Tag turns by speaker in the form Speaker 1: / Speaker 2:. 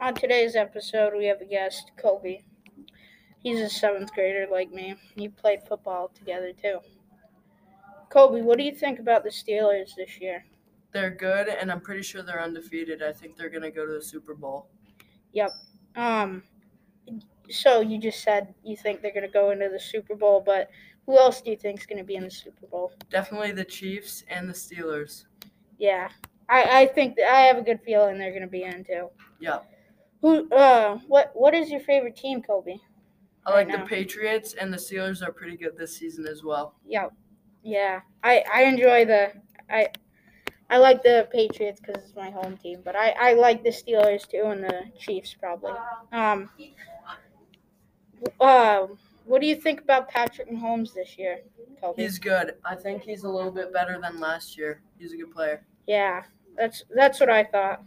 Speaker 1: On today's episode, we have a guest, Kobe. He's a seventh grader like me. He played football together too. Kobe, what do you think about the Steelers this year?
Speaker 2: They're good, and I'm pretty sure they're undefeated. I think they're going to go to the Super Bowl.
Speaker 1: Um, so you just said you think they're going to go into the Super Bowl, but who else do you think's going to be in the Super Bowl?
Speaker 2: Definitely the Chiefs and the Steelers.
Speaker 1: Yeah, I, I think that I have a good feeling they're going to be in too.
Speaker 2: Yeah.
Speaker 1: Who? Uh, what what is your favorite team, Kobe?
Speaker 2: I
Speaker 1: Right
Speaker 2: like the
Speaker 1: now.
Speaker 2: Patriots, and the Steelers are pretty good this season as well.
Speaker 1: Yeah, yeah. I I enjoy the I I like the Patriots because it's my home team, but I I like the Steelers too and the Chiefs probably. Um. Uh, what do you think about Patrick Mahomes this year, Kobe?
Speaker 2: He's good. I think he's a little bit better than last year. He's a good player.
Speaker 1: yeah, that's that's what I thought.